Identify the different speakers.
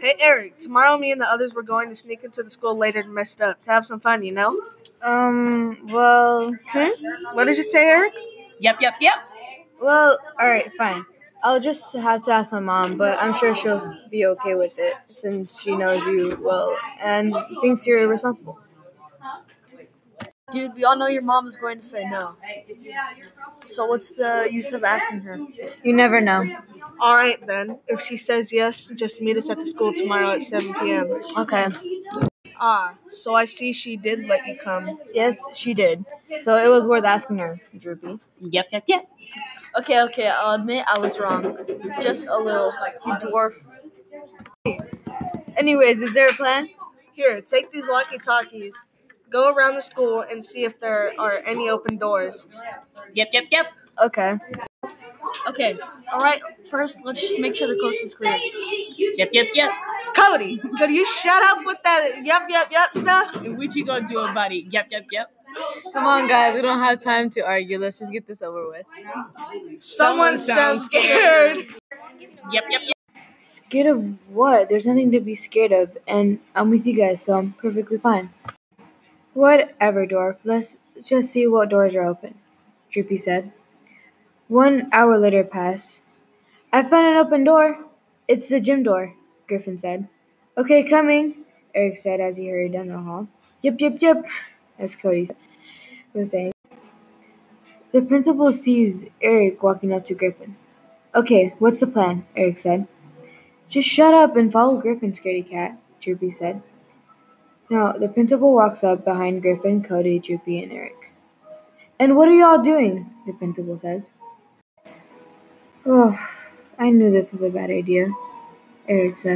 Speaker 1: Hey, Eric, tomorrow me and the others were going to sneak into the school later and messed up to have some fun, you know?
Speaker 2: Um, well, hmm? sure.
Speaker 1: What did you say, Eric?
Speaker 3: Yep, yep, yep.
Speaker 2: Well, all right, fine. I'll just have to ask my mom, but I'm sure she'll s- be okay with it since she knows you well and thinks you're responsible.
Speaker 4: Dude, we all know your mom is going to say no. So what's the use of asking her?
Speaker 2: You never know.
Speaker 1: All right, then. If she says yes, just meet us at the school tomorrow at 7 p.m.
Speaker 2: Okay.
Speaker 1: Ah, so I see she did let you come.
Speaker 2: Yes, she did. So it was worth asking her, Droopy.
Speaker 3: Yep, yep, yep.
Speaker 4: Okay, okay, I'll admit I was wrong. Just a little. You dwarf.
Speaker 2: Anyways, is there a plan?
Speaker 1: Here, take these walkie talkies. Go around the school and see if there are any open doors.
Speaker 3: Yep, yep, yep.
Speaker 2: Okay.
Speaker 4: Okay, alright, first let's just make sure the coast is clear.
Speaker 3: Yep, yep, yep.
Speaker 1: Cody, could you shut up with that yep, yep, yep stuff?
Speaker 3: And what you gonna do about it? Yep, yep, yep.
Speaker 2: Come on, guys. We don't have time to argue. Let's just get this over with.
Speaker 1: Someone, sounds scared.
Speaker 3: Yep, yep, yep.
Speaker 2: Scared of what? There's nothing to be scared of, and I'm with you guys, so I'm perfectly fine. Whatever, Dwarf. Let's just see what doors are open, Droopy said. One hour later passed. I found an open door. It's the gym door, Griffin said. Okay, coming, Eric said as he hurried down the hall. Yep, yep, yep, as Cody was saying. The principal sees Eric walking up to Griffin. Okay, what's the plan? Eric said. Just shut up and follow Griffin, Scaredy Cat, Droopy said. Now, the principal walks up behind Griffin, Cody, Droopy, and Eric. And what are y'all doing? The principal says. Oh, I knew this was a bad idea, Eric says.